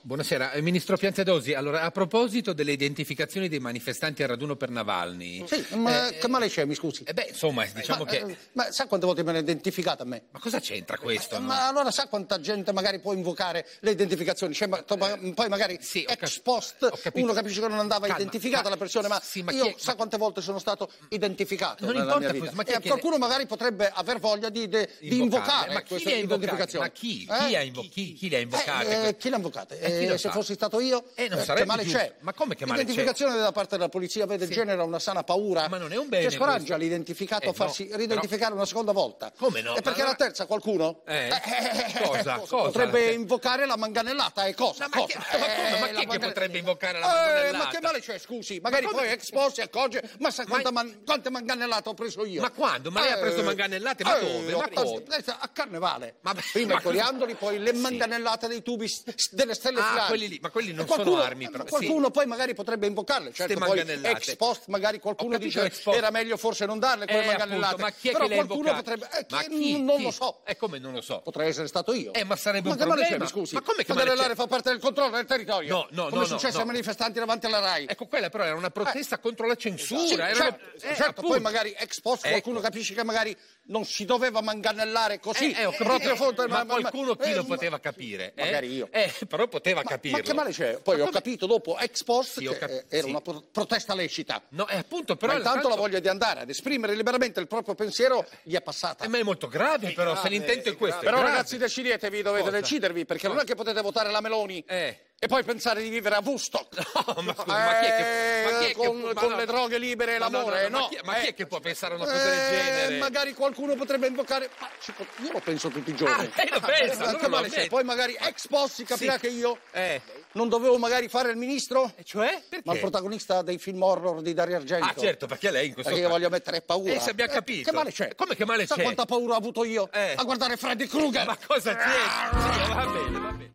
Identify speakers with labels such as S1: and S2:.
S1: Buonasera, eh, Ministro Piantedosi. Allora, a proposito delle identificazioni dei manifestanti al raduno per Navalny,
S2: Sì, ma che male c'è, mi scusi?
S1: eh beh, insomma, diciamo
S2: ma,
S1: che...
S2: Mm. eh, ma sa quante volte me l'ha identificata a me?
S1: Ma cosa c'entra questo? no?
S2: Ma allora sa quanta gente magari può invocare le identificazioni? Cioè, ma- to- ma- poi magari
S1: Eh, sì, ho
S2: ex
S1: cap-
S2: post
S1: ho capito.
S2: uno capisce che non andava
S1: Calma,
S2: identificata
S1: ma-
S2: la persona, ma,
S1: sì, ma chi
S2: io
S1: è-
S2: sa
S1: ma- Mm.
S2: quante volte sono stato identificato
S1: Non
S2: nella
S1: importa,
S2: mia vita.
S1: Fuso, ma chi è
S2: e
S1: che-
S2: qualcuno magari potrebbe aver voglia di, de- di invocare
S1: Ma chi
S2: questa
S1: le ha invocate?
S2: identificazione.
S1: Ma chi?
S2: Eh?
S1: Chi, ha invo- chi- chi le ha invocate?
S2: Eh, eh, chi l'ha invocata?
S1: Eh, chi lo
S2: se
S1: sa?
S2: fossi stato io,
S1: Eh, non
S2: eh,
S1: sarebbe
S2: che male
S1: giusto.
S2: c'è?
S1: Ma come che male c'è?
S2: L'identificazione da parte della polizia vede genera una sana paura
S1: Ma non è un bene
S2: che scoraggia
S1: questo.
S2: l'identificato
S1: Eh,
S2: a farsi
S1: no,
S2: ridentificare una seconda volta.
S1: Come no?
S2: E perché
S1: Ma
S2: la
S1: allora-
S2: terza qualcuno
S1: Eh? Cosa? Cosa?
S2: potrebbe
S1: La te-
S2: invocare la manganellata e cosa?
S1: No, ma che-
S2: Cosa?
S1: ma
S2: Eh,
S1: come? Ma
S2: la
S1: chi è che
S2: manganella-
S1: potrebbe invocare la
S2: Eh, ma
S1: manganellata?
S2: che male c'è, scusi? Magari
S1: come-
S2: poi ex post si accorge, ma sa
S1: Ma-
S2: quanta man- quante manganellate ho preso io? Eh,
S1: Ma quando? Ma lei ha preso manganellate? Ma dove? Ma
S2: ho preso-
S1: come?
S2: eh, A carnevale.
S1: Ma-
S2: Prima
S1: ma-
S2: i coriandoli, poi le
S1: Sì.
S2: manganellate dei tubi s- s- delle stelle
S1: Ah,
S2: filanti.
S1: quelli lì, ma quelli non
S2: E qualcuno-
S1: sono armi, però,
S2: eh, Qualcuno poi magari potrebbe invocarle, certo
S1: Ste
S2: poi
S1: manganellate.
S2: ex post magari
S1: Ho
S2: qualcuno
S1: capito,
S2: dice
S1: ex post.
S2: era meglio forse non darle quelle
S1: Eh,
S2: manganellate.
S1: appunto, ma chi è
S2: però
S1: che le ha
S2: qualcuno
S1: invocate?
S2: potrebbe eh,
S1: Ma
S2: chi-
S1: chi?
S2: non
S1: Chi?
S2: lo so.
S1: Eh, come non lo so?
S2: Potrei essere stato io.
S1: Eh, ma sarebbe
S2: ma
S1: un
S2: che male
S1: problema.
S2: c'è, mi scusi?
S1: Ma come che male
S2: Manganellare
S1: c'è?
S2: fa parte del controllo del territorio.
S1: No, no, no,
S2: Come è
S1: no,
S2: successo ai
S1: no.
S2: manifestanti davanti alla RAI.
S1: Ecco, quella però era una protesta contro la censura.
S2: Eh, Sì,
S1: era
S2: certo,
S1: una- eh,
S2: certo, poi
S1: appunto.
S2: magari ex post
S1: Ecco.
S2: qualcuno capisce che magari non si doveva manganellare così.
S1: Eh, eh, ho capito.
S2: proprio fonte-
S1: ma, qualcuno chi
S2: eh,
S1: lo
S2: ma-
S1: poteva capire? eh?
S2: magari io.
S1: Eh, però poteva
S2: Ma,
S1: capirlo.
S2: ma che male c'è? Poi
S1: Ma
S2: ho
S1: come-
S2: capito dopo ex post
S1: Sì, ho
S2: che
S1: cap-
S2: eh, era
S1: sì.
S2: una pro- protesta lecita.
S1: No, eh, appunto, però...
S2: ma intanto
S1: tanto-
S2: la voglia di andare ad esprimere liberamente il proprio pensiero gli è passata.
S1: Eh, ma è molto grave, però, se l'intento è questo. è
S2: Però
S1: grave.
S2: ragazzi decidetevi, dovete
S1: Cosa?
S2: decidervi, perché non è che potete votare la Meloni
S1: Eh.
S2: e poi pensare di vivere a Woodstock.
S1: No, ma scusa, ma chi è che... ma chi è
S2: Eh,
S1: che-
S2: con,
S1: ma
S2: con
S1: no,
S2: le droghe libere e
S1: ma
S2: l'amore, no?
S1: Ma chi, ma chi
S2: eh.
S1: è che può pensare a una cosa del
S2: Eh,
S1: genere?
S2: Magari qualcuno potrebbe invocare. Ma ci po- io lo penso tutti i giorni.
S1: Ah, lei lo pensa,
S2: Ma
S1: allora
S2: che
S1: lo
S2: male c'è?
S1: ammette.
S2: Poi magari ex post si capirà
S1: Sì.
S2: che io
S1: Eh.
S2: non dovevo magari fare il ministro?
S1: Eh, Cioè? Perché?
S2: Ma il protagonista dei film horror di Dario Argento.
S1: Ah, certo, perché lei in questo
S2: Perché io
S1: caso-
S2: voglio mettere paura.
S1: Eh, se abbiamo
S2: Eh,
S1: capito.
S2: Che male c'è?
S1: Come che male
S2: Sa
S1: c'è?
S2: quanta paura ho avuto io
S1: Eh.
S2: a guardare Freddy Krueger?
S1: Ma cosa c'è? Sì, va bene, va bene.